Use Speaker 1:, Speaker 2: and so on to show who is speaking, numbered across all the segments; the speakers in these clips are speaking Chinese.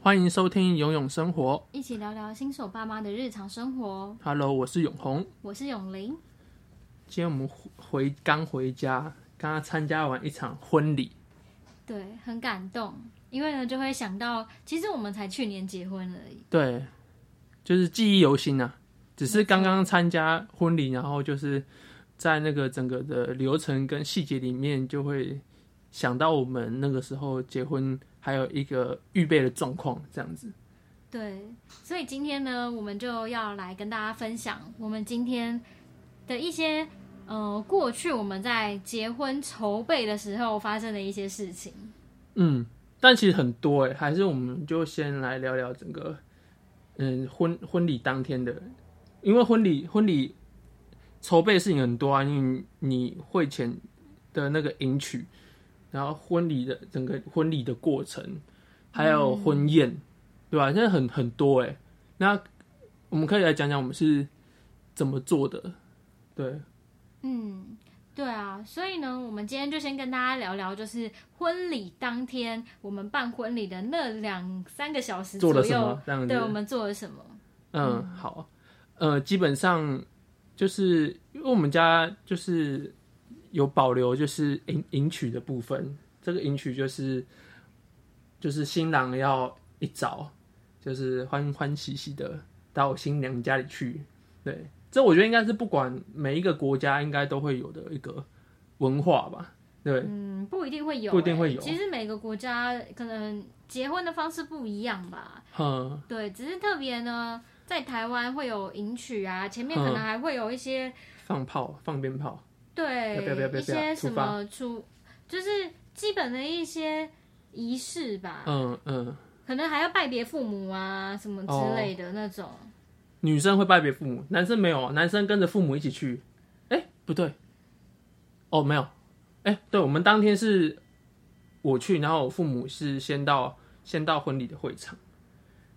Speaker 1: 欢迎收听《永永生活
Speaker 2: 一起聊聊新手爸妈的日常生活。》。哦
Speaker 1: Hello，我是永红。
Speaker 2: 我是永玲，
Speaker 1: 今天我们回刚回家，刚刚参加完一场婚礼，
Speaker 2: 对，很感动，因为呢就会想到，其实我们才去年结婚而已，
Speaker 1: 对，就是记忆犹新啊。只是刚刚参加婚礼，然后就是在那个整个的流程跟细节里面，就会想到我们那个时候结婚，还有一个预备的状况这样子。
Speaker 2: 对，所以今天呢，我们就要来跟大家分享我们今天的一些，呃，过去我们在结婚筹备的时候发生的一些事情。
Speaker 1: 嗯，但其实很多哎、还是我们就先来聊聊整个，嗯，婚婚礼当天的，因为婚礼婚礼筹备事情很多啊，你你会前的那个迎娶，然后婚礼的整个嗯婚礼的过程，还有婚宴，对吧、现在很很多哎、那我们可以来讲讲我们是怎么做的，对，
Speaker 2: 嗯，对啊，所以呢，我们今天就先跟大家聊聊，就是婚礼当天我们办婚礼的那两三个小时
Speaker 1: 做
Speaker 2: 左
Speaker 1: 了
Speaker 2: 右，
Speaker 1: 什么这样子
Speaker 2: 对，我们做了什么？
Speaker 1: 嗯，好，呃，基本上就是因为我们家就是有保留就是迎迎娶的部分，这个迎娶就是就是新郎要一早就是欢欢喜喜的到新娘家里去，对，这我觉得应该是不管每一个国家应该都会有的一个文化吧，对，
Speaker 2: 嗯，不一定会有、
Speaker 1: 不一定
Speaker 2: 欸
Speaker 1: 会有
Speaker 2: 其实每个国家可能结婚的方式不一样吧。
Speaker 1: 嗯，
Speaker 2: 对，只是特别呢，在台湾会有迎娶啊，前面
Speaker 1: 嗯
Speaker 2: 可能还会有一些、
Speaker 1: 放炮放鞭炮，
Speaker 2: 对
Speaker 1: 不要不要不要
Speaker 2: 一
Speaker 1: 不要
Speaker 2: 些
Speaker 1: 出
Speaker 2: 什
Speaker 1: 发
Speaker 2: 么出，就是基本的一些仪式吧，
Speaker 1: 嗯嗯，
Speaker 2: 可能还要拜别父母啊什么
Speaker 1: 哦
Speaker 2: 之类的那种。
Speaker 1: 女生会拜别父母，男生没有，啊男生跟着父母一起去。哎、不对，哦，没有，哎、对，我们当天是我去，然后我父母是先到先到婚礼的会场，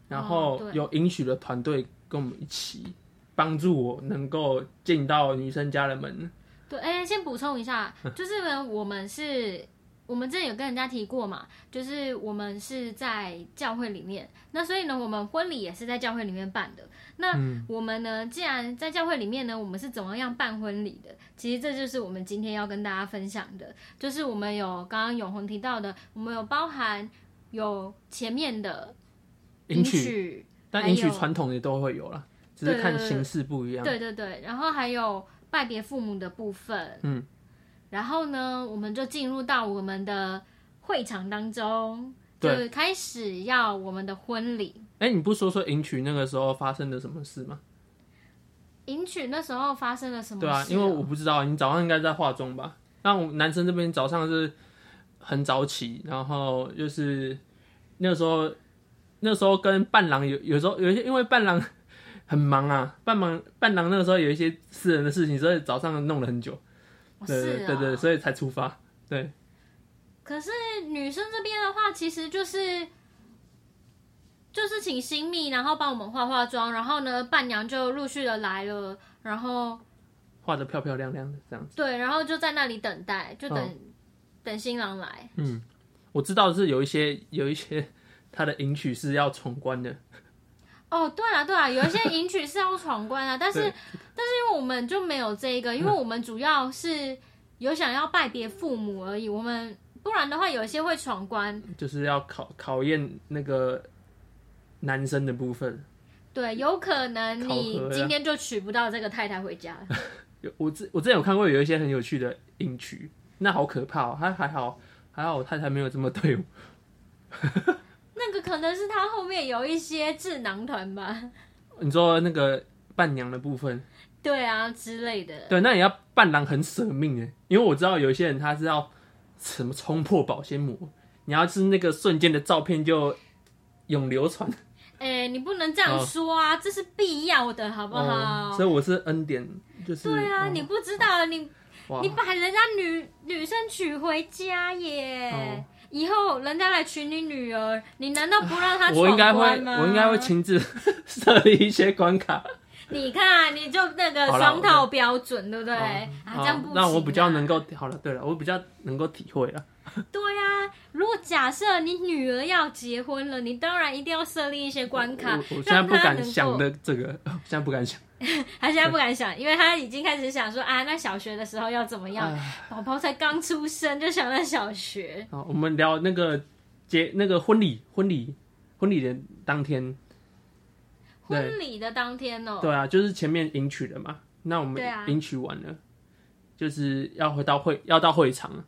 Speaker 1: 然后
Speaker 2: 哦对
Speaker 1: 有迎娶的团队跟我们一起帮助我能够进到女生家人们。
Speaker 2: 对，哎、先补充一下，就是呢，我们是，我们之前有跟人家提过嘛，就是我们是在教会里面，那所以呢，我们婚礼也是在教会里面办的。那
Speaker 1: 嗯
Speaker 2: 我们呢，既然在教会里面呢，我们是怎么样办婚礼的？其实这就是我们今天要跟大家分享的，就是我们有刚刚永红提到的，我们有包含有前面的
Speaker 1: 迎娶
Speaker 2: 娶，
Speaker 1: 但
Speaker 2: 还
Speaker 1: 迎娶
Speaker 2: 有
Speaker 1: 传统也都会有啦，只是
Speaker 2: 对
Speaker 1: 看
Speaker 2: 对对
Speaker 1: 形式不一样。
Speaker 2: 对对对，然后还有拜别父母的部分，
Speaker 1: 嗯，
Speaker 2: 然后呢，我们就进入到我们的会场当中，
Speaker 1: 对
Speaker 2: 就开始要我们的婚礼。
Speaker 1: 哎、你不说说迎娶那个时候发生的什么事吗？
Speaker 2: 迎娶那时候发生了什么事
Speaker 1: 对
Speaker 2: 哦、
Speaker 1: 啊，因为我不知道你早上应该在化妆吧？那我们男生这边早上是很早起，然后就是那时候那时候跟伴郎有有时候有一些因为伴郎很忙啊，伴郎伴郎那个时候有一些私人的事情，所以早上弄了很久。
Speaker 2: 哦
Speaker 1: 对对
Speaker 2: 是、啊、
Speaker 1: 对对，所以才出发。对，
Speaker 2: 可是女生这边的话，其实就是就是请新密，然后帮我们化化妆，然后呢，伴娘就陆续的来了，然后
Speaker 1: 画的漂漂亮亮的这样。
Speaker 2: 对，然后就在那里等待，就等、
Speaker 1: 哦
Speaker 2: 等新郎来。
Speaker 1: 嗯，我知道是有一些有一些他的迎娶是要闯关的。
Speaker 2: 哦，对啦对啦，有一些迎娶是要闯关啊，但是但
Speaker 1: 对
Speaker 2: 是因为我们就没有这一个，因为我们主要是有想要拜别父母而已，我们不然的话有一些会闯关，
Speaker 1: 就是要考考验那个男生的部分。
Speaker 2: 对，有可能
Speaker 1: 考
Speaker 2: 你
Speaker 1: 核呀
Speaker 2: 今天就娶不到这个太太回家了。
Speaker 1: 有我之我之前有看过有一些很有趣的音曲，那好可怕哦！还还好还好，我太太没有这么对我。
Speaker 2: 那个可能是他后面有一些智囊团吧，
Speaker 1: 你说那个伴娘的部分，
Speaker 2: 对啊之类的，
Speaker 1: 对，那也要伴郎很舍命哎，因为我知道有一些人他是要什么冲破保鲜膜，你要是那个瞬间的照片就永流传，
Speaker 2: 哎、你不能这样说啊，这是必要的，好不好？
Speaker 1: 哦所以我是恩典，就是
Speaker 2: 对啊，
Speaker 1: 哦
Speaker 2: 你不知道你
Speaker 1: 哇
Speaker 2: 你把人家女女生娶回家耶！
Speaker 1: 哦
Speaker 2: 以后人家来娶你女儿，你难道不让她
Speaker 1: 我应该会
Speaker 2: 闯关吗？
Speaker 1: 我应该会亲自设立一些关卡，
Speaker 2: 你看，啊你就那个
Speaker 1: 好啦
Speaker 2: 双套标准，对不对？啊，
Speaker 1: 哦好
Speaker 2: 这样不行啊。
Speaker 1: 那我比较能够好了，对了，我比较能够体会了。
Speaker 2: 对呀、如果假设你女儿要结婚了，你当然一定要设立一些关
Speaker 1: 我
Speaker 2: 卡，
Speaker 1: 我现在
Speaker 2: 让
Speaker 1: 不
Speaker 2: 她
Speaker 1: 敢
Speaker 2: 能
Speaker 1: 想
Speaker 2: 够。
Speaker 1: 的这个，现在不敢想。
Speaker 2: 她现在不敢想，因为她已经开始想说啊，那小学的时候要怎么样？
Speaker 1: 哎
Speaker 2: 宝宝才刚出生就想到小学，
Speaker 1: 好，我们聊那个结那个婚礼，婚礼婚礼的当天，对
Speaker 2: 婚礼的当天哦、
Speaker 1: 对啊，就是前面迎娶了嘛，那我们
Speaker 2: 对啊
Speaker 1: 迎娶完了，就是要回到会要到会场了，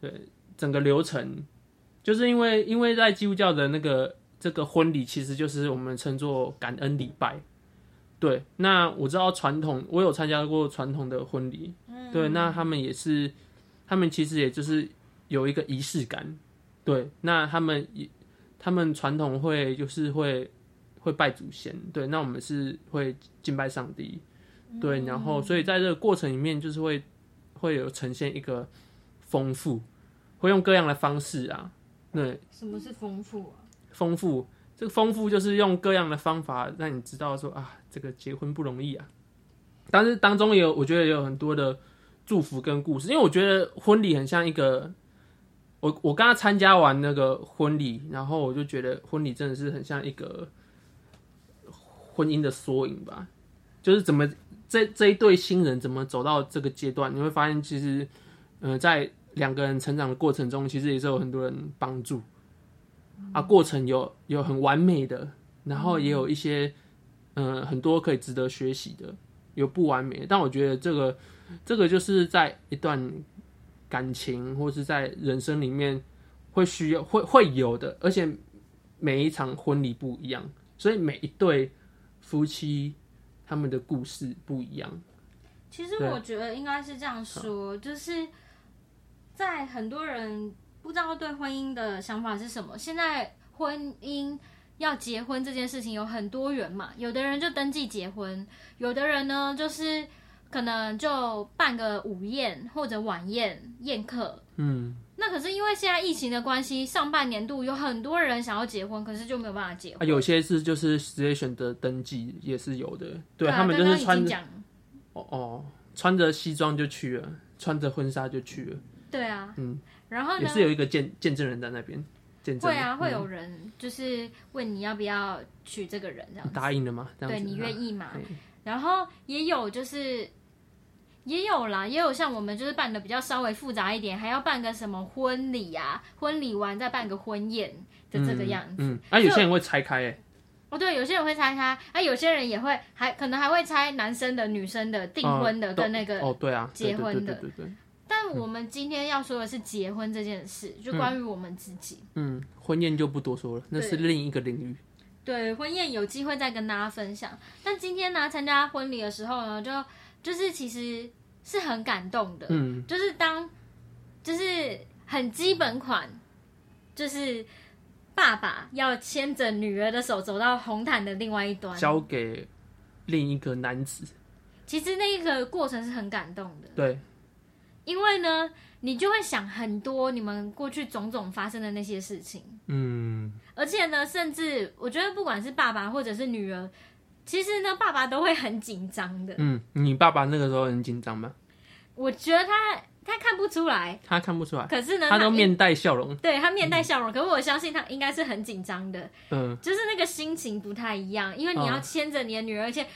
Speaker 1: 对，整个流程，就是因为因为在基督教的那个这个婚礼，其实就是我们称作感恩礼拜。对，那我知道传统，我有参加过传统的婚礼，
Speaker 2: 嗯
Speaker 1: 对，那他们也是，他们其实也就是有一个仪式感，对，那他们也他们传统会就是会会拜祖先，对，那我们是会敬拜上帝，对，然后所以在这个过程里面，就是会会有呈现一个丰富，会用各样的方式啊，对，
Speaker 2: 什么是丰富啊？
Speaker 1: 丰富，这个丰富就是用各样的方法让你知道说啊，这个结婚不容易啊，但是当中也有我觉得也有很多的祝福跟故事，因为我觉得婚礼很像一个。我我刚刚参加完那个婚礼，然后我就觉得婚礼真的是很像一个婚姻的缩影吧，就是怎么这这一对新人怎么走到这个阶段，你会发现其实，呃，在两个人成长的过程中，其实也是有很多人帮助，啊，过程有有很完美的，然后也有一些，嗯、很多可以值得学习的，有不完美的，但我觉得这个这个就是在一段感情或是在人生里面会需要会会有的，而且每一场婚礼不一样，所以每一对夫妻他们的故事不一样。
Speaker 2: 其实
Speaker 1: 对
Speaker 2: 我觉得应该是这样说，就是在很多人不知道对婚姻的想法是什么。现在婚姻要结婚这件事情有很多元嘛，有的人就登记结婚，有的人呢就是可能就办个午宴或者晚宴宴客。
Speaker 1: 嗯，
Speaker 2: 那可是因为现在疫情的关系，上半年度有很多人想要结婚，可是就没有办法结
Speaker 1: 啊，
Speaker 2: 婚。
Speaker 1: 有些是就是直接选择登记也是有的，对
Speaker 2: 对啊
Speaker 1: 他们就是
Speaker 2: 刚刚已
Speaker 1: 穿
Speaker 2: 经
Speaker 1: 着
Speaker 2: 讲
Speaker 1: 哦哦，穿着西装就去了，穿着婚纱就去了，
Speaker 2: 对啊，
Speaker 1: 嗯，
Speaker 2: 然后呢
Speaker 1: 也是有一个见见证人在那边见证，
Speaker 2: 会啊，
Speaker 1: 嗯
Speaker 2: 会有人就是问你要不要娶这个人这样，
Speaker 1: 答应了吗？这样
Speaker 2: 对
Speaker 1: 子
Speaker 2: 你愿意吗
Speaker 1: 啊？嗯
Speaker 2: 然后也有就是也有啦，也有像我们就是办的比较稍微复杂一点，还要办个什么婚礼啊，婚礼完再办个婚宴的这个样子。
Speaker 1: 嗯，嗯啊，有些人会拆开哎，
Speaker 2: 哦，对，有些人会拆开，啊，有些人也会还可能还会拆男生的、女生的、订婚的
Speaker 1: 哦都
Speaker 2: 跟那个
Speaker 1: 哦，对啊，对
Speaker 2: 结婚
Speaker 1: 对对
Speaker 2: 的
Speaker 1: 对对对，
Speaker 2: 但我们今天要说的是结婚这件事，就关于我们自己。
Speaker 1: 嗯，婚宴就不多说了，那是另一个领域，
Speaker 2: 对，婚宴有机会再跟大家分享。但今天呢，参加婚礼的时候呢，就就是其实是很感动的，
Speaker 1: 嗯，
Speaker 2: 就是当就是很基本款，就是爸爸要牵着女儿的手走到红毯的另外一端。
Speaker 1: 交给另一个男子，
Speaker 2: 其实那个过程是很感动的，
Speaker 1: 对，
Speaker 2: 因为呢，你就会想很多你们过去种种发生的那些事情。
Speaker 1: 嗯。
Speaker 2: 而且呢，甚至我觉得不管是爸爸或者是女儿，其实呢，爸爸都会很紧张的。
Speaker 1: 嗯，你爸爸那个时候很紧张吗？
Speaker 2: 我觉得他他看不出来，
Speaker 1: 他看不出来，
Speaker 2: 可是呢，
Speaker 1: 他都
Speaker 2: 一
Speaker 1: 面带笑容。
Speaker 2: 对他面带笑容，可是我相信他应该是很紧张的，
Speaker 1: 嗯，
Speaker 2: 就是那个心情不太一样，因为你要
Speaker 1: 嗯
Speaker 2: 牵着你的女儿，而且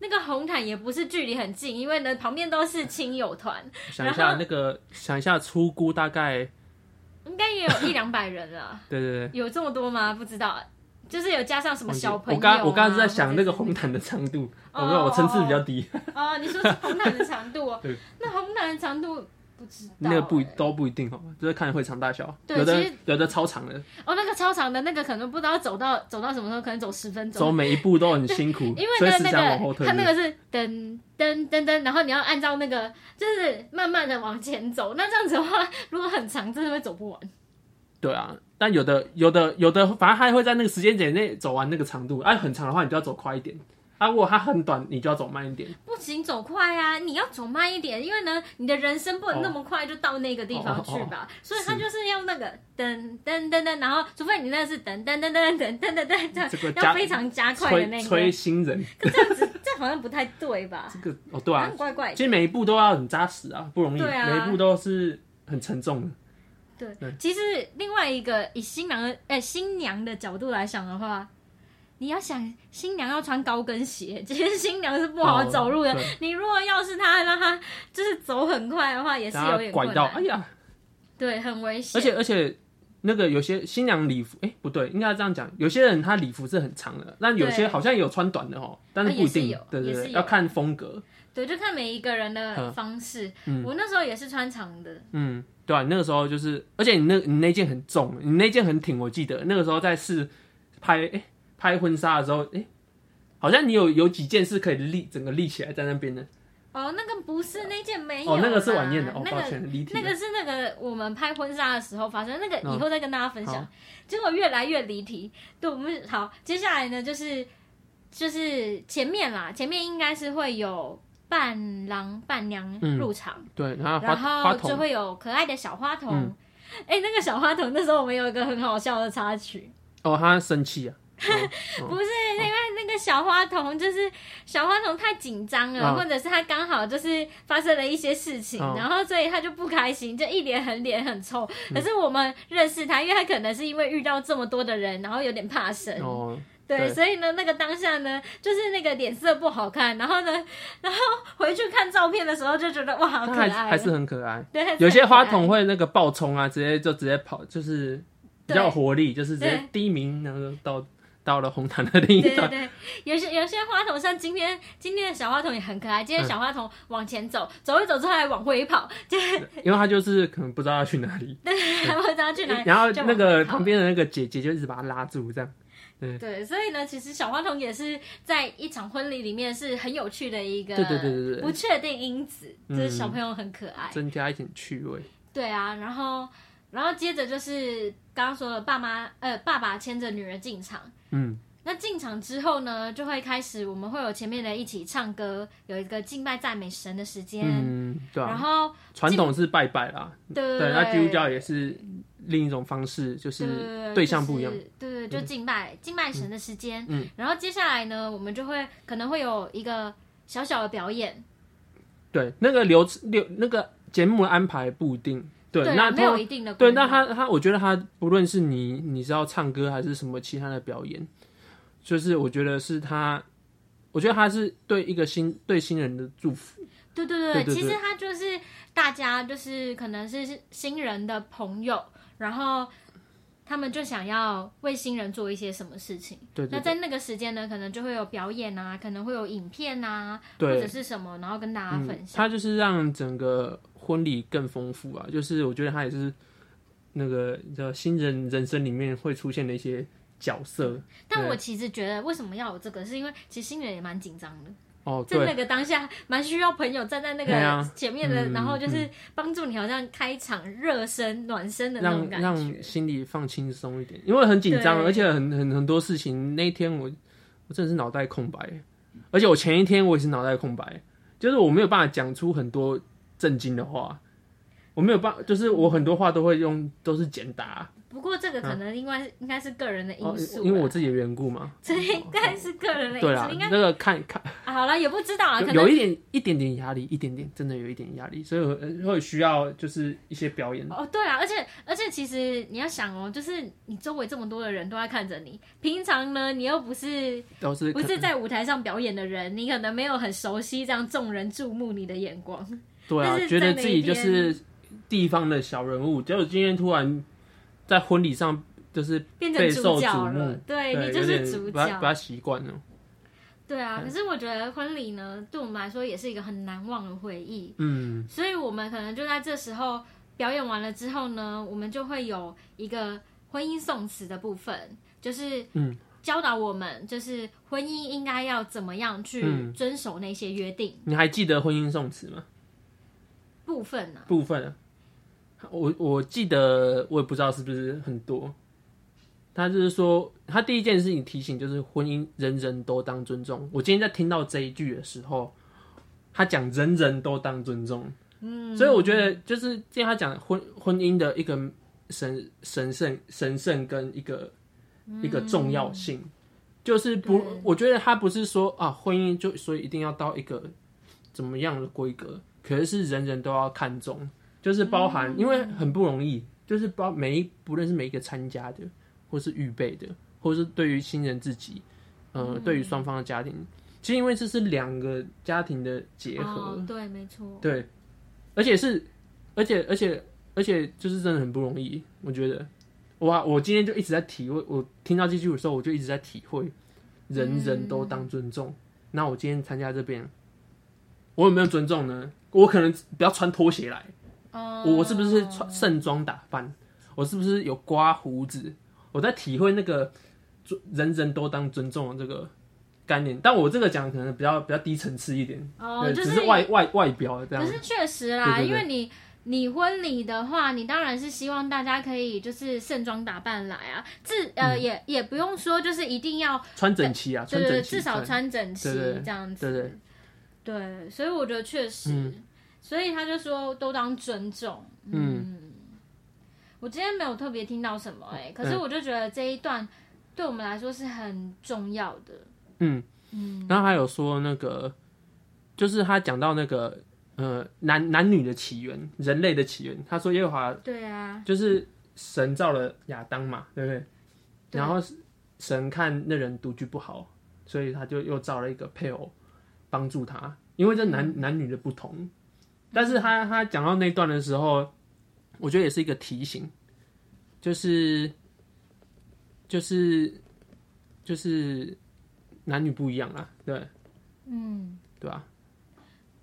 Speaker 2: 那个红毯也不是距离很近，因为呢旁边都是亲友团，
Speaker 1: 想一
Speaker 2: 然
Speaker 1: 下
Speaker 2: 后
Speaker 1: 那个，想一下出估大概，
Speaker 2: 应该也有一两百人了，
Speaker 1: 对对对。
Speaker 2: 有这么多吗？不知道，就是有加上什么
Speaker 1: 忘记
Speaker 2: 小朋友、啊，
Speaker 1: 我刚我刚刚是在
Speaker 2: 或
Speaker 1: 想
Speaker 2: 者
Speaker 1: 那
Speaker 2: 是
Speaker 1: 个红毯的长度，
Speaker 2: 哦
Speaker 1: 我没有，我层次比较低，
Speaker 2: 哦，你说是红毯的长度、 哦
Speaker 1: 对，
Speaker 2: 那红毯的长度不知道、
Speaker 1: 那个不一
Speaker 2: 欸
Speaker 1: 都不一定哦，就是看会场大小，
Speaker 2: 对
Speaker 1: 有的
Speaker 2: 其实
Speaker 1: 有的超长的，
Speaker 2: 哦，那个超长的那个可能不知道走到走到什么时候，可能走十分钟，
Speaker 1: 走每一步都很辛苦，
Speaker 2: 因为
Speaker 1: 所以
Speaker 2: 呢，
Speaker 1: 时
Speaker 2: 那
Speaker 1: 常往后
Speaker 2: 个
Speaker 1: 退。
Speaker 2: 它那个是噔噔噔噔，然后你要按照那个，就是慢慢的往前走。那这样子的话，如果很长，真的会走不完。
Speaker 1: 对啊，但有的有的有的，反正他会在那个时间点内走完那个长度，啊，很长的话你就要走快一点，啊，如果它很短，你就要走慢一点。
Speaker 2: 不行，走快啊！你要走慢一点，因为呢，你的人生不能
Speaker 1: 哦
Speaker 2: 那么快就到那个地方去吧。哦所以它
Speaker 1: 是
Speaker 2: 就是要那个噔噔噔噔，然后除非你那是噔噔噔噔噔噔噔噔，
Speaker 1: 这个
Speaker 2: 啊要
Speaker 1: 加
Speaker 2: 非常加快的
Speaker 1: 催
Speaker 2: 那个，
Speaker 1: 催新人，
Speaker 2: 这样子这样好像不太对吧？
Speaker 1: 这个哦，对
Speaker 2: 好
Speaker 1: 啊
Speaker 2: 像，怪怪
Speaker 1: 其
Speaker 2: 的。
Speaker 1: 实每一步都要很扎实啊，不容易，
Speaker 2: 对啊
Speaker 1: 每一步都是很沉重的。
Speaker 2: 对，其实另外一个以新郎的哎、新娘的角度来想的话，你要想新娘要穿高跟鞋， 其实新娘是不好走路的。
Speaker 1: 哦对
Speaker 2: 你如果要是她让她就是走很快的话，也是
Speaker 1: 大
Speaker 2: 有
Speaker 1: 家
Speaker 2: 点
Speaker 1: 拐
Speaker 2: 困
Speaker 1: 到，
Speaker 2: 难，
Speaker 1: 哎呀，
Speaker 2: 对，很危险。
Speaker 1: 而且而且那个有些新娘礼服，哎、不对，应该这样讲，有些人她礼服是很长的，那有些
Speaker 2: 对
Speaker 1: 好像有穿短的哦，但是
Speaker 2: 啊
Speaker 1: 不一
Speaker 2: 也是
Speaker 1: 定
Speaker 2: 有，
Speaker 1: 对对
Speaker 2: 也
Speaker 1: 对，
Speaker 2: 是有
Speaker 1: 要看风格。
Speaker 2: 对，就看每一个人的
Speaker 1: 嗯
Speaker 2: 方式。
Speaker 1: 嗯
Speaker 2: 我那时候也是穿长的，
Speaker 1: 嗯，对啊，你那个时候就是，而且你那你那件很重，你那件很挺，我记得那个时候在试拍哎、诶拍婚纱的时候，哎、好像你有有几件是可以立整个立起来在那边的
Speaker 2: 哦，那个不是那件没有啦，
Speaker 1: 哦，那个是晚宴的哦，
Speaker 2: 那
Speaker 1: 抱
Speaker 2: 个
Speaker 1: 歉，离题
Speaker 2: 那个
Speaker 1: 了。
Speaker 2: 是那个我们拍婚纱的时候发生，那个
Speaker 1: 嗯
Speaker 2: 以后再跟大家分享。
Speaker 1: 好
Speaker 2: 结果越来越离题，对我们好，接下来呢就是就是前面啦，前面应该是会有伴郎伴娘
Speaker 1: 嗯
Speaker 2: 入场，
Speaker 1: 对，然后花
Speaker 2: 然
Speaker 1: 花
Speaker 2: 后就
Speaker 1: 筒，
Speaker 2: 会有可爱的小花童。
Speaker 1: 嗯
Speaker 2: 哎、那个小花童，那时候我们有一个很好笑的插曲，
Speaker 1: 哦，他生气啊，哦
Speaker 2: 不是因为那个小花童，就是小花童太紧张了，
Speaker 1: 嗯
Speaker 2: 或者是他刚好就是发生了一些事情，
Speaker 1: 嗯
Speaker 2: 然后所以他就不开心，就一脸很脸很臭。可是我们认识他，因为他可能是因为遇到这么多的人，然后有点怕生，
Speaker 1: 哦，
Speaker 2: 对，
Speaker 1: 对
Speaker 2: 所以呢，那个当下呢，就是那个脸色不好看，然后呢，然后回去看照片的时候就觉得哇，好
Speaker 1: 他
Speaker 2: 可
Speaker 1: 还
Speaker 2: 爱哦
Speaker 1: 是还是很可爱。
Speaker 2: 对，还是
Speaker 1: 有些
Speaker 2: 很可爱
Speaker 1: 花筒会那个爆冲啊，直接就直接跑，就是比较有活力，就是直接
Speaker 2: 对
Speaker 1: 第一名，然后到到了红毯的另
Speaker 2: 对
Speaker 1: 一
Speaker 2: 对
Speaker 1: 端。
Speaker 2: 对，有些有些花童，像今天今天的小花童也很可爱。
Speaker 1: 嗯
Speaker 2: 今天小花童往前走，走一走之后还往回跑，
Speaker 1: 因为他就是可能不知道要去哪 里，
Speaker 2: 还不知道去哪里。
Speaker 1: 然后
Speaker 2: 就往
Speaker 1: 那
Speaker 2: 回
Speaker 1: 个
Speaker 2: 跑
Speaker 1: 旁边的那个姐姐就一直把他拉住，这样。
Speaker 2: 对，所以呢，其实小花童也是在一场婚礼里面是很有趣的一个
Speaker 1: 对对对对对
Speaker 2: 不确定因子，就是
Speaker 1: 嗯
Speaker 2: 小朋友很可爱。
Speaker 1: 增加一点趣味。
Speaker 2: 对啊，然后然后接着就是刚刚说的爸妈呃爸爸牵着女儿进场。
Speaker 1: 嗯，
Speaker 2: 那进场之后呢，就会开始我们会有前面的一起唱歌，有一个敬拜赞美神的时间，
Speaker 1: 嗯，对
Speaker 2: 然
Speaker 1: 啊，
Speaker 2: 后
Speaker 1: 传统是拜拜啦，
Speaker 2: 对对
Speaker 1: 对，
Speaker 2: 对，
Speaker 1: 那基督教也是另一种方式，就是
Speaker 2: 对
Speaker 1: 对象不一样
Speaker 2: 就。是对对，就敬拜、敬拜神的时间。
Speaker 1: 嗯
Speaker 2: 然后接下来呢，我们就会可能会有一个小小的表演，
Speaker 1: 对，那个流流那个节目安排不一定。对，
Speaker 2: 对啊，
Speaker 1: 那
Speaker 2: 没
Speaker 1: 通
Speaker 2: 有一定的
Speaker 1: 对，
Speaker 2: 规
Speaker 1: 那
Speaker 2: 定
Speaker 1: 他他，我觉得他不论是你你是要唱歌还是什么其他的表演，就是我觉得是他，我觉得他是对一个新对新人的祝福，
Speaker 2: 对对对
Speaker 1: 对对
Speaker 2: 其实他就是大家就是可能是新人的朋友，然后。他们就想要为新人做一些什么事情，
Speaker 1: 对对
Speaker 2: 那在那个时间呢，可能就会有表演啊，可能会有影片啊，或者
Speaker 1: 对，
Speaker 2: 是什么，然后跟大家
Speaker 1: 嗯
Speaker 2: 分，享。
Speaker 1: 他就是让整个婚礼更丰富啊，就是我觉得他也是那个叫新人人生里面会出现的一些角色
Speaker 2: 但
Speaker 1: 对
Speaker 2: 我其实觉得，为什么要有这个，是因为其实新人也蛮紧张的。
Speaker 1: 哦，
Speaker 2: 在那
Speaker 1: 对，
Speaker 2: 个当下，蛮需要朋友站在那
Speaker 1: 对
Speaker 2: 个
Speaker 1: 啊
Speaker 2: 前面的，
Speaker 1: 嗯
Speaker 2: 然后就是帮助你，好像开场热身、暖身的那
Speaker 1: 让
Speaker 2: 种感觉。
Speaker 1: 让心里放轻松一点，因为很紧张，
Speaker 2: 对
Speaker 1: 而且很很很多事情。那一天我我真的是脑袋空白，而且我前一天我也是脑袋空白，就是我没有办法讲出很多震惊的话，我没有办，就是我很多话都会用都是简答，
Speaker 2: 不过这个可能因为应该是个人的因
Speaker 1: 啊哦
Speaker 2: 素啦，
Speaker 1: 因为我自己的缘故嘛。
Speaker 2: 这应该是个人的因
Speaker 1: 对啦
Speaker 2: 素，应，该
Speaker 1: 那个看看
Speaker 2: 啊好了，也不知道啊，
Speaker 1: 有
Speaker 2: 可
Speaker 1: 有
Speaker 2: 能
Speaker 1: 一点一点点压力，一点点真的有一点压力，所以我呃会需要就是一些表演。
Speaker 2: 哦，对啊，而且而且其实你要想哦，就是你周围这么多的人都在看着你，平常呢你又不是
Speaker 1: 都是
Speaker 2: 不
Speaker 1: 可
Speaker 2: 是在舞台上表演的人，你可能没有很熟悉这样众人注目你的眼光。
Speaker 1: 对啊
Speaker 2: 但是，
Speaker 1: 觉
Speaker 2: 在
Speaker 1: 得
Speaker 2: 那
Speaker 1: 自己
Speaker 2: 一
Speaker 1: 就
Speaker 2: 边
Speaker 1: 是地方的小人物，结果今天突然在婚礼上就是
Speaker 2: 变成
Speaker 1: 备受
Speaker 2: 主角
Speaker 1: 瞩
Speaker 2: 了
Speaker 1: 目，，
Speaker 2: 对
Speaker 1: 对，
Speaker 2: 哎你就
Speaker 1: 有点
Speaker 2: 是主
Speaker 1: 不太
Speaker 2: 角
Speaker 1: 不。太习惯了。
Speaker 2: 对啊，可是我觉得婚礼呢，对我们来说也是一个很难忘的回忆，
Speaker 1: 嗯，
Speaker 2: 所以我们可能就在这时候表演完了之后呢，我们就会有一个婚姻宋词的部分，就是
Speaker 1: 嗯
Speaker 2: 教导我们就是婚姻应该要怎么样去
Speaker 1: 嗯
Speaker 2: 遵守那些约定
Speaker 1: 你还记得婚姻宋词吗？
Speaker 2: 部分呢、
Speaker 1: 部分啊，我我记得，我也不知道是不是很多。他就是说，他第一件事情提醒就是婚姻人人都当尊重。我今天在听到这一句的时候，他讲人人都当尊重，嗯，所以我觉得就是今天他讲婚婚姻的一个神神圣神圣跟一个、一个重要性，就是不
Speaker 2: 嗯对，
Speaker 1: 我觉得他不是说啊，婚姻就所以一定要到一个怎么样的规格，可是是人人都要看重，就是包
Speaker 2: 嗯
Speaker 1: 含，因为很不容易，就是包每一不论是每一个参加的，或是预备的，或是对于新人自己，呃，对
Speaker 2: 嗯
Speaker 1: 于双方的家庭，其实因为这是两个家庭的结合，
Speaker 2: 哦，对，没错，
Speaker 1: 对，而且是，而且而且而且就是真的很不容易，我觉得，哇！我今天就一直在体会，我听到这句的时候，我就一直在体会，人
Speaker 2: 嗯
Speaker 1: 人都当尊重。那我今天参加这边，我有没有尊重呢？我可能不要穿拖鞋来，
Speaker 2: 哦，
Speaker 1: 我是不是穿盛装打扮？我是不是有刮胡子？我在体会那个尊人人都当尊重的这个概念，但我这个讲可能比较比较低层次一点，
Speaker 2: 哦，
Speaker 1: 对
Speaker 2: 就
Speaker 1: 只是外外外表这样
Speaker 2: 可。是确实啦，
Speaker 1: 对对对
Speaker 2: 因为你你婚礼的话，你当然是希望大家可以就是盛装打扮来啊，至呃、
Speaker 1: 嗯
Speaker 2: 也也不用说就是一定要
Speaker 1: 穿整齐啊，
Speaker 2: 对
Speaker 1: 穿
Speaker 2: 对
Speaker 1: 整
Speaker 2: 对，
Speaker 1: 齐，
Speaker 2: 至少
Speaker 1: 对
Speaker 2: 穿整齐
Speaker 1: 对对
Speaker 2: 这样子。
Speaker 1: 对嗯对
Speaker 2: 对所以我觉得确实，所以他就说都当尊重。嗯，我今天没有特别听到什么哎、可
Speaker 1: 嗯
Speaker 2: 是我就觉得这一段对我们来说是很重要的。
Speaker 1: 嗯然后还有说那个，就是他讲到那个呃男男女的起源，人类的起源，他说耶和华
Speaker 2: 对啊，
Speaker 1: 就是神造了亚当嘛，对不对？
Speaker 2: 对
Speaker 1: 然后神看那人独居不好，所以他就又造了一个配偶帮助他，因为这男、
Speaker 2: 嗯
Speaker 1: 男女的不同。但是他他讲到那段的时候，我觉得也是一个提醒，就是就是就是男女不一样啦，啊对
Speaker 2: 嗯，
Speaker 1: 对啊吧？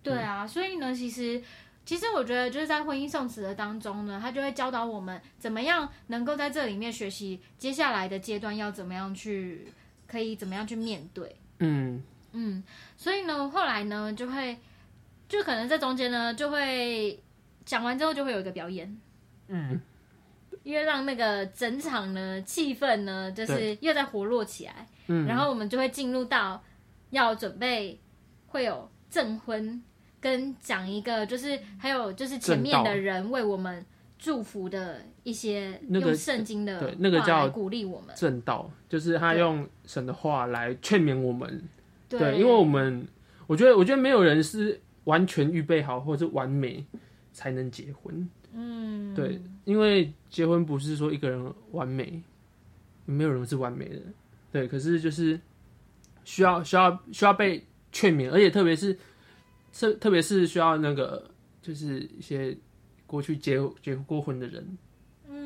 Speaker 2: 对啊，所以呢，其实。其实我觉得就是在婚姻宋词的当中呢，他就会教导我们怎么样能够在这里面学习接下来的阶段要怎么样去，可以怎么样去面对。
Speaker 1: 嗯
Speaker 2: 嗯，所以呢，后来呢，就会就可能在中间呢，就会讲完之后就会有一个表演，
Speaker 1: 嗯，
Speaker 2: 因为让那个整场呢气氛呢，就是又再活络起来。
Speaker 1: 嗯，
Speaker 2: 然后我们就会进入到要准备会有证婚，跟讲一个就是还有就是前面
Speaker 1: 正道
Speaker 2: 的人为我们祝福的一些
Speaker 1: 那个
Speaker 2: 用圣经的
Speaker 1: 对那个
Speaker 2: 话
Speaker 1: 叫
Speaker 2: 来鼓励我们，
Speaker 1: 正道就是他
Speaker 2: 对
Speaker 1: 用神的话来劝勉我们对，因为我们我觉得，我觉得没有人是完全预备好或者是完美才能结婚。
Speaker 2: 嗯
Speaker 1: 对，因为结婚不是说一个人完美，没有人是完美的。对，可是就是需要需要需要被劝勉，而且特别是特特别是需要那个就是一些过去结结过婚的人，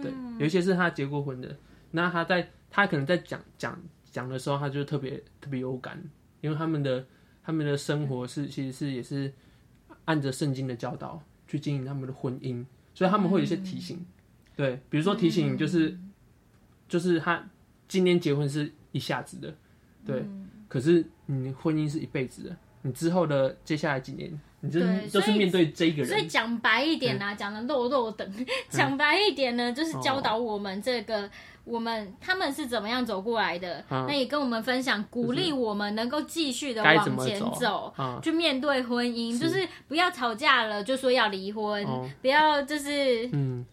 Speaker 1: 对，
Speaker 2: 嗯
Speaker 1: 有一些是他结过婚的，那他在他可能在讲讲讲的时候，他就特别特别有感，因为他们的他们的生活
Speaker 2: 嗯
Speaker 1: 是其实是也是按着圣经的教导去经营他们的婚姻，所以他们会有一些提
Speaker 2: 嗯
Speaker 1: 醒，对，比如说提醒就是、就是他今天结婚是一下子的，对，
Speaker 2: 嗯
Speaker 1: 可是你婚姻是一辈子的，你之后的接下来几年，你就
Speaker 2: 对
Speaker 1: 是都是
Speaker 2: 所以
Speaker 1: 面对这一个
Speaker 2: 所以
Speaker 1: 人，
Speaker 2: 讲白一点啦、讲的肉肉 等，讲白一点呢，就是教导我们这个、
Speaker 1: 哦
Speaker 2: 我们他们是怎么样走过来的，
Speaker 1: 啊
Speaker 2: 那也跟我们分享，鼓励我们能够继续的
Speaker 1: 该怎
Speaker 2: 往
Speaker 1: 么
Speaker 2: 前
Speaker 1: 走
Speaker 2: 走。
Speaker 1: 啊，
Speaker 2: 去面对婚姻，就是不要吵架了就说要离婚，
Speaker 1: 哦
Speaker 2: 不要就是
Speaker 1: 嗯，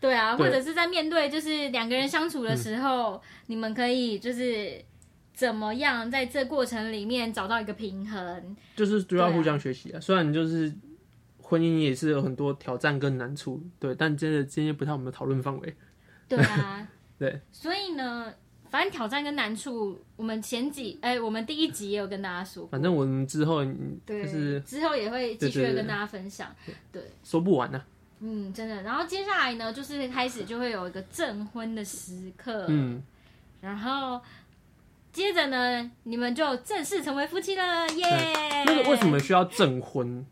Speaker 2: 对啊，
Speaker 1: 对嗯
Speaker 2: 或者是在面对就是两个人相处的时候，你们可以就是怎么样在这过程里面找到一个平衡，
Speaker 1: 就是都要
Speaker 2: 对啊
Speaker 1: 互相学习啊。虽然就是婚姻也是有很多挑战跟难处，对，但真的今天不太我们的讨论范围。
Speaker 2: 对啊，
Speaker 1: 对，
Speaker 2: 所以呢，反正挑战跟难处，我们前几哎、我们第一集也有跟大家说过，
Speaker 1: 反正我们之后嗯
Speaker 2: 对，
Speaker 1: 就是
Speaker 2: 之后也会继续
Speaker 1: 对对
Speaker 2: 地
Speaker 1: 对
Speaker 2: 跟大家分享。
Speaker 1: 说不完呢、啊
Speaker 2: 嗯，真的。然后接下来呢，就是开始就会有一个证婚的时刻，
Speaker 1: 嗯，
Speaker 2: 然后接着呢，你们就正式成为夫妻了，耶、
Speaker 1: 那个为什么？需要证婚，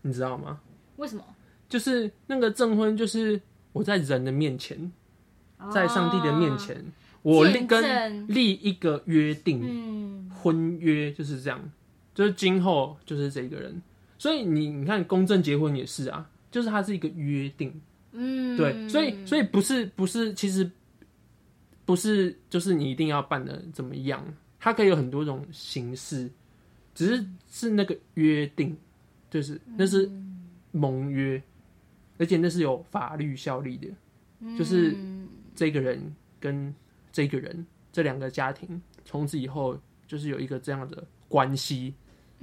Speaker 1: 你知道吗？
Speaker 2: 为什么？
Speaker 1: 就是那个证婚，就是我在人的面前，在上帝的面前，我立
Speaker 2: 哦见
Speaker 1: 跟
Speaker 2: 证
Speaker 1: 立一个约定，
Speaker 2: 嗯，
Speaker 1: 婚约就是这样，就是今后就是这个人。所以你你看，公证结婚也是啊，就是它是一个约定。
Speaker 2: 嗯，
Speaker 1: 对，所以所以不是不是，其实不是就是你一定要办的怎么样，它可以有很多种形式，只是是那个约定，就是那是盟约，而且那是有法律效力的，就是
Speaker 2: 嗯
Speaker 1: 这个人跟这个人这两个家庭从此以后就是有一个这样的关系，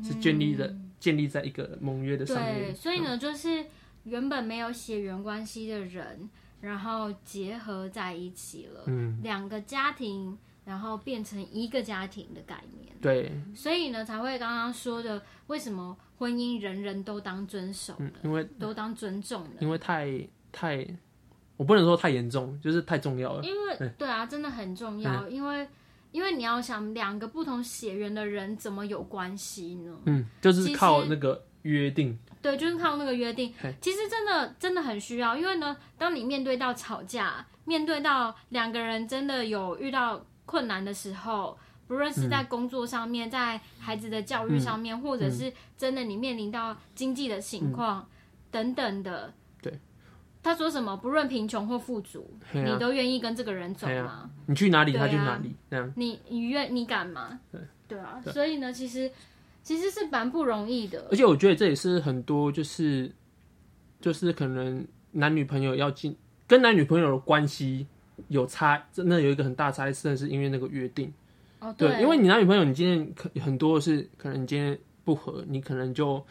Speaker 1: 是建立的、建立在一个盟约的上
Speaker 2: 嗯对，
Speaker 1: 面。嗯
Speaker 2: 所以呢，就是原本没有血缘关系的人，然后结合在一起了，
Speaker 1: 嗯，
Speaker 2: 两个家庭，然后变成一个家庭的概念。
Speaker 1: 对，
Speaker 2: 所以呢，才会刚刚说的，为什么婚姻人人都当遵守
Speaker 1: 嗯
Speaker 2: 呢？，
Speaker 1: 因为
Speaker 2: 都当尊重呢？
Speaker 1: 因为太太，我不能说太严重，就是太重要了。
Speaker 2: 因为对啊，真的很重要，
Speaker 1: 嗯
Speaker 2: 因为因为你要想两个不同血缘的人怎么有关系呢？
Speaker 1: 嗯，就
Speaker 2: 其
Speaker 1: 是
Speaker 2: 实
Speaker 1: 靠那个约定。
Speaker 2: 对，就是靠那个约定
Speaker 1: 嗯嘿。
Speaker 2: 其实真的真的很需要，因为呢，当你面对到吵架，面对到两个人真的有遇到困难的时候，不论是
Speaker 1: 嗯
Speaker 2: 在工作上面，在孩子的教育上面，或者是真的你面临到经济的情况、等等的，
Speaker 1: 嗯对，
Speaker 2: 他说什么？不论贫穷或富足，
Speaker 1: 嘿
Speaker 2: 你
Speaker 1: 啊，
Speaker 2: 都愿意跟这个人走
Speaker 1: 嘿啊
Speaker 2: 吗？
Speaker 1: 你去哪里，
Speaker 2: 对
Speaker 1: 他去
Speaker 2: 啊
Speaker 1: 哪里，那样。
Speaker 2: 你你愿你敢吗？对啊，所以呢，其实其实是蛮不容易的。
Speaker 1: 而且我觉得这也是很多就是就是可能男女朋友要进跟男女朋友的关系有差，真的有一个很大差异，真的是因为那个约定。
Speaker 2: 哦，
Speaker 1: 因为你男女朋友，你今天可很多是可能你今天不合，你可能就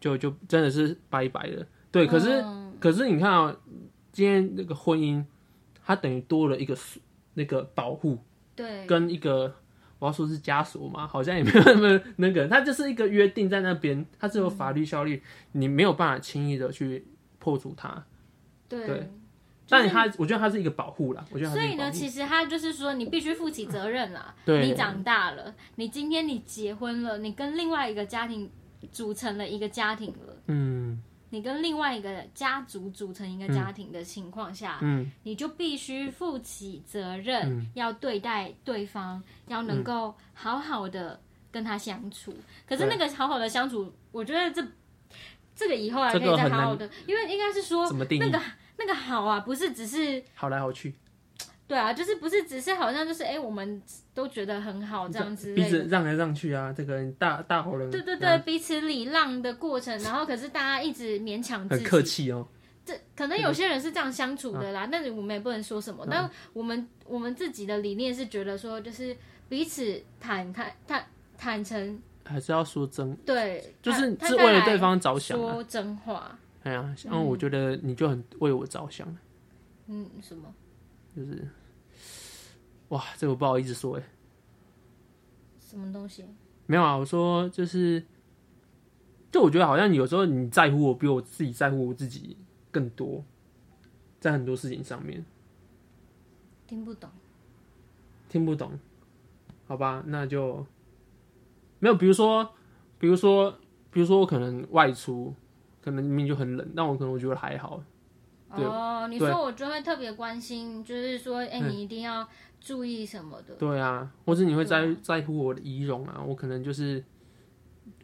Speaker 1: 就就真的是拜拜了。对，可是、
Speaker 2: 嗯
Speaker 1: 可是你看啊、今天那个婚姻，它等于多了一个那个保护。
Speaker 2: 对
Speaker 1: 跟一个我要说是枷锁嘛，好像也没有那么那个，它就是一个约定在那边，它是有法律效力，你没有办法轻易的去破除它。
Speaker 2: 对
Speaker 1: 对但它，我觉得它是一个保护啦，我觉得它
Speaker 2: 所
Speaker 1: 是一
Speaker 2: 以
Speaker 1: 个保
Speaker 2: 呢，
Speaker 1: 护
Speaker 2: 其实他就是说，你必须负起责任啦。
Speaker 1: 对
Speaker 2: 你长大了，你今天你结婚了，你跟另外一个家庭组成了一个家庭了，
Speaker 1: 嗯
Speaker 2: 你跟另外一个家族组成一个家庭的情况下，
Speaker 1: 嗯，
Speaker 2: 你就必须负起责任，要对待对方，要能
Speaker 1: 嗯
Speaker 2: 够好好的跟他相处。可是那个好好的相处，我觉得这这个以后啊还可
Speaker 1: 这个
Speaker 2: 以再
Speaker 1: 很
Speaker 2: 好
Speaker 1: 难
Speaker 2: 好的，因为应该是啊说
Speaker 1: 怎么定义
Speaker 2: 那个那个好啊，不是只是
Speaker 1: 好来好去，
Speaker 2: 对啊，就是不是只是好像就是哎、我们都觉得很好这样之
Speaker 1: 鼻
Speaker 2: 类
Speaker 1: 子
Speaker 2: 的。
Speaker 1: 让来让去啊，这个人大大吼人，
Speaker 2: 对对
Speaker 1: 啊
Speaker 2: 对，，彼此礼让的过程，然后可是大家一直勉强自
Speaker 1: 很
Speaker 2: 己，
Speaker 1: 客气哦，
Speaker 2: 这可能有些人是这样相处
Speaker 1: 啊
Speaker 2: 的啦，但是我们也不能说什么。但我们我们自己的理念是觉得说，就是彼此坦坦坦坦诚，
Speaker 1: 还是要说真，
Speaker 2: 对，
Speaker 1: 就是
Speaker 2: 他
Speaker 1: 是为了对方着想啊。
Speaker 2: 说真话。
Speaker 1: 哎呀，像我觉得你就很为我着想，
Speaker 2: 嗯，什么？
Speaker 1: 就是哇，这个我不好意思说哎。
Speaker 2: 什么东西？
Speaker 1: 没有啊，我说就是，就我觉得好像有时候你在乎我比我自己在乎我自己更多，在很多事情上面
Speaker 2: 听不懂。
Speaker 1: 听不懂，好吧，那就没有。比如说，比如说，比如说，我可能外出，可能明明就很冷，但我可能我觉得还好，对嗯
Speaker 2: 哦，你说我就会特别关心，就是说，哎、你一定要注意什么的。
Speaker 1: 对啊，或者你会在、
Speaker 2: 对
Speaker 1: 在乎我的仪容啊，我可能就是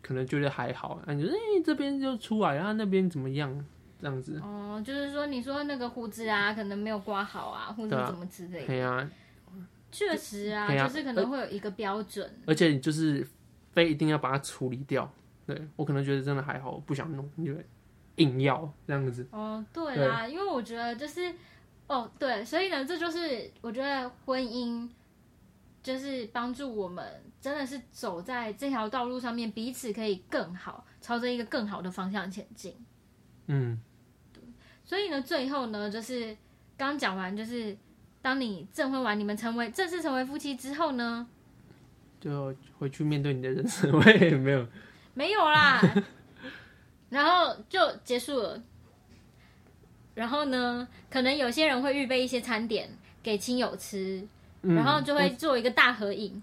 Speaker 1: 可能觉得还好，啊，你就哎、这边就出来啊，那边怎么样这样子，
Speaker 2: 哦，就是说，你说那个胡子啊，可能没有刮好啊，或
Speaker 1: 对
Speaker 2: 者
Speaker 1: 啊
Speaker 2: 怎么之类的。
Speaker 1: 哎呀、
Speaker 2: 确实啊，
Speaker 1: 对啊
Speaker 2: 就是可能会有一个标准。
Speaker 1: 而且你就是非一定要把它处理掉。对我可能觉得真的还好，我不想弄，你就会硬要这样子。
Speaker 2: 哦，对啦，因为我觉得就是，哦，对，所以呢，这就是我觉得婚姻就是帮助我们真的是走在这条道路上面，彼此可以更好，朝着一个更好的方向前进。
Speaker 1: 嗯，
Speaker 2: 所以呢，最后呢，就是刚讲完，就是当你证婚完，你们成为正式成为夫妻之后呢，
Speaker 1: 就回去面对你的人生。 我也没有，
Speaker 2: 没有啦，然后就结束了。然后呢，可能有些人会预备一些餐点给亲友吃，
Speaker 1: 嗯、
Speaker 2: 然后就会做一个大合影，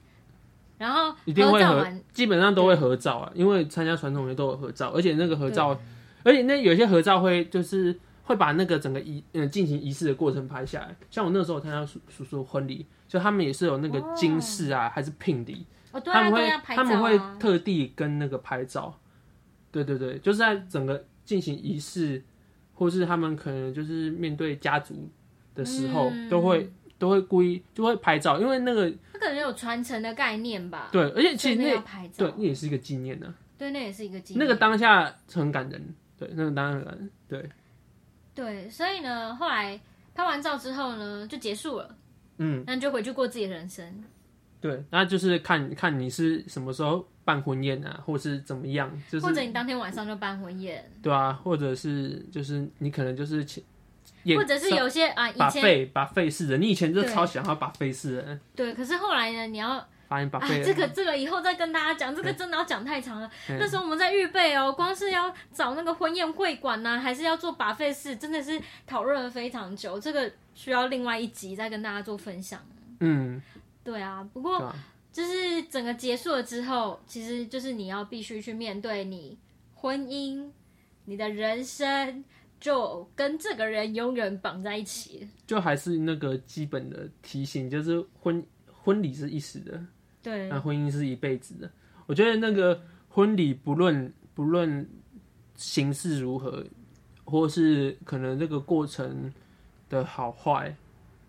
Speaker 2: 然后
Speaker 1: 一定会
Speaker 2: 照
Speaker 1: 合
Speaker 2: 完，，
Speaker 1: 基本上都会合照啊，因为参加传统的都有合照，而且那个合照，而且那有些合照会就是会把那个整个仪嗯进行仪式的过程拍下来。像我那时候参加叔叔叔婚礼，就他们也是有那个
Speaker 2: 哦
Speaker 1: 金饰啊，还是聘礼，
Speaker 2: 哦，对
Speaker 1: 他
Speaker 2: 啊，
Speaker 1: 们
Speaker 2: 对
Speaker 1: 会、
Speaker 2: 啊，拍照
Speaker 1: 他
Speaker 2: 啊，
Speaker 1: 们会特地跟那个拍照，对对对，就是在整个进行仪式，或是他们可能就是面对家族的时候，
Speaker 2: 嗯
Speaker 1: 都会都会故意就会拍照，因为那个
Speaker 2: 他可能有传承的概念吧。
Speaker 1: 对，而且其实
Speaker 2: 所以
Speaker 1: 那
Speaker 2: 要拍照，
Speaker 1: 对那也是一个纪念啊呢、
Speaker 2: 对，那也是一个经
Speaker 1: 那个
Speaker 2: 验。
Speaker 1: 当下很感人，对，那个当下很感人，对，
Speaker 2: 对，所以呢，后来拍完照之后呢，就结束了，
Speaker 1: 嗯，
Speaker 2: 那你就回去过自己的人生。
Speaker 1: 对，那就是看看你是什么时候办婚宴啊，或是怎么样，就是
Speaker 2: 或者你当天晚上就办婚宴，
Speaker 1: 对啊，或者是就是你可能就是请，也
Speaker 2: 或者是有些啊，
Speaker 1: 把
Speaker 2: 以前
Speaker 1: 费把费式的，你以前就超想要把费式的，
Speaker 2: 对，可是后来呢，你要
Speaker 1: 发现把
Speaker 2: 啊，
Speaker 1: 费
Speaker 2: 这 个这个以后再跟大家讲，这个真的要讲太长了。
Speaker 1: 嗯
Speaker 2: 那时候我们在预备哦，光是要找那个婚宴会馆呐、还是要做把费事，真的是讨论了非常久。这个需要另外一集再跟大家做分享。
Speaker 1: 嗯，
Speaker 2: 对啊，不
Speaker 1: 对
Speaker 2: 过
Speaker 1: 啊，
Speaker 2: 就是整个结束了之后，其实就是你要必须去面对你婚姻、你的人生，就跟这个人永远绑在一起。
Speaker 1: 就还是那个基本的提醒，就是婚婚礼是一时的，
Speaker 2: 对，
Speaker 1: 那婚姻是一辈子的。我觉得那个婚礼不论不论形式如何，或是可能这个过程的好坏，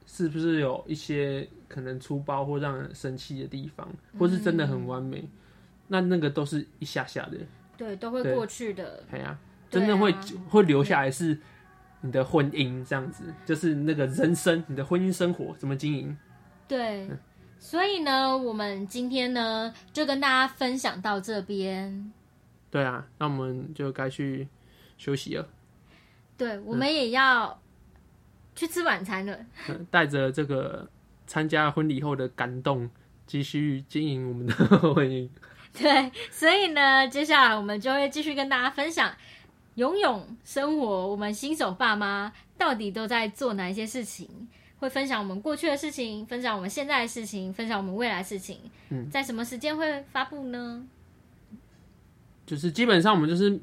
Speaker 1: 是不是有一些可能粗暴或让人生气的地方，或是真的
Speaker 2: 嗯
Speaker 1: 很完美，那那个都是一下下的。
Speaker 2: 对，都会
Speaker 1: 对
Speaker 2: 过去的。
Speaker 1: 哎呀、
Speaker 2: 对啊
Speaker 1: 真的会、会留下来是你的婚姻这样子，就是那个人生，你的婚姻生活怎么经营？
Speaker 2: 对，
Speaker 1: 嗯
Speaker 2: 所以呢，我们今天呢就跟大家分享到这边。
Speaker 1: 对啊，那我们就该去休息了。
Speaker 2: 对，我们也要去吃晚餐了。
Speaker 1: 嗯带着这个参加婚礼后的感动，继续经营我们的婚姻。
Speaker 2: 对，所以呢，接下来我们就会继续跟大家分享游泳生活，我们新手爸妈到底都在做哪一些事情。会分享我们过去的事情，分享我们现在的事情，分享我们未来的事情。
Speaker 1: 嗯，
Speaker 2: 在什么时间会发布呢？
Speaker 1: 就是基本上我们就是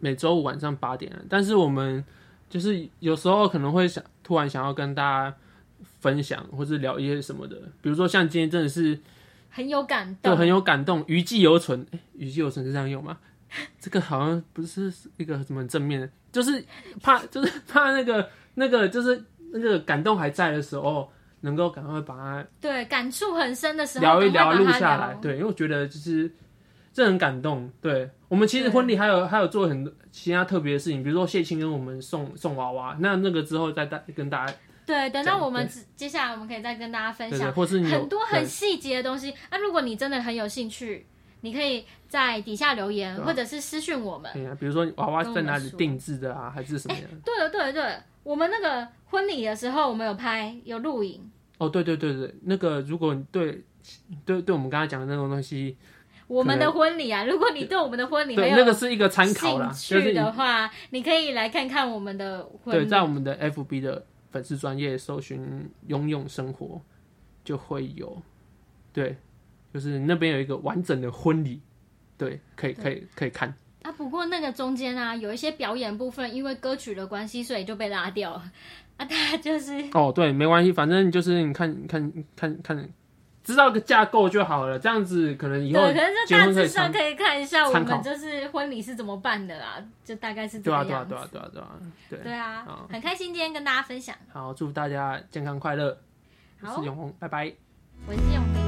Speaker 1: 每周五晚上八点啊，但是我们就是有时候可能会想突然想要跟大家分享或是聊一些什么的，比如说像今天真的是
Speaker 2: 很有感
Speaker 1: 对
Speaker 2: 动，
Speaker 1: 很有感动，余悸犹存。诶余悸犹存是这样用吗？ 这个好像不是一个什么很正面的，就是怕就是怕那个那个就是那个感动还在的时候，能够赶快把它
Speaker 2: 对感触很深的时候，
Speaker 1: 聊一
Speaker 2: 赶
Speaker 1: 聊，
Speaker 2: 快把
Speaker 1: 录
Speaker 2: 它
Speaker 1: 下
Speaker 2: 聊
Speaker 1: 来。对，因为我觉得就是这很感动。对我们其实婚礼还有还有做很多其他特别的事情，比如说谢青跟我们送送娃娃，那那个之后再带跟大家
Speaker 2: 对，等到
Speaker 1: 讲
Speaker 2: 我们
Speaker 1: 对
Speaker 2: 只接下来我们可以再跟大家分
Speaker 1: 对对，
Speaker 2: 享
Speaker 1: 或是你有
Speaker 2: 很多很
Speaker 1: 对
Speaker 2: 细节的东西。那、如果你真的很有兴趣，你可以在底下留言，
Speaker 1: 对啊
Speaker 2: 或者是私讯我们。
Speaker 1: 哎呀，比如说娃娃在哪
Speaker 2: 跟我
Speaker 1: 里
Speaker 2: 们说
Speaker 1: 定制的啊，还是什么样？
Speaker 2: 对了，对了，对了，我们那个婚礼的时候，我们有拍有录影，
Speaker 1: 哦，对对对对，那个如果你对对对我们刚才讲的那种东西，
Speaker 2: 我们的婚礼啊。如果你对我们的婚礼很
Speaker 1: 对那个
Speaker 2: 有
Speaker 1: 是一个参考啦，
Speaker 2: 兴
Speaker 1: 就是
Speaker 2: 趣
Speaker 1: 你
Speaker 2: 的话，你可以来看看我们的婚
Speaker 1: 对
Speaker 2: 礼。
Speaker 1: 在我们的 FB 的粉丝专业搜寻“游泳生活”就会有，对，就是那边有一个完整的婚礼，对，可以可以可以看，
Speaker 2: 啊，不过那个中间啊，有一些表演部分，因为歌曲的关系，所以就被拉掉了。啊，大家就是
Speaker 1: 哦，对，没关系，反正就是你看看看看，知道个架构就好了，这样子可能以后
Speaker 2: 对，可是
Speaker 1: 结
Speaker 2: 就大
Speaker 1: 婚可以
Speaker 2: 致
Speaker 1: 参，
Speaker 2: 上可以看一下我
Speaker 1: 参考
Speaker 2: 们就是婚礼是怎么办的啦，就大概是这
Speaker 1: 对啊
Speaker 2: 个
Speaker 1: 对啊
Speaker 2: 样子。
Speaker 1: 对啊对啊对啊，对，
Speaker 2: 对啊
Speaker 1: 好，
Speaker 2: 很开心今天跟大家分享。
Speaker 1: 好，祝大家健康快乐，我
Speaker 2: 好
Speaker 1: 是永红，拜拜。
Speaker 2: 我是永明。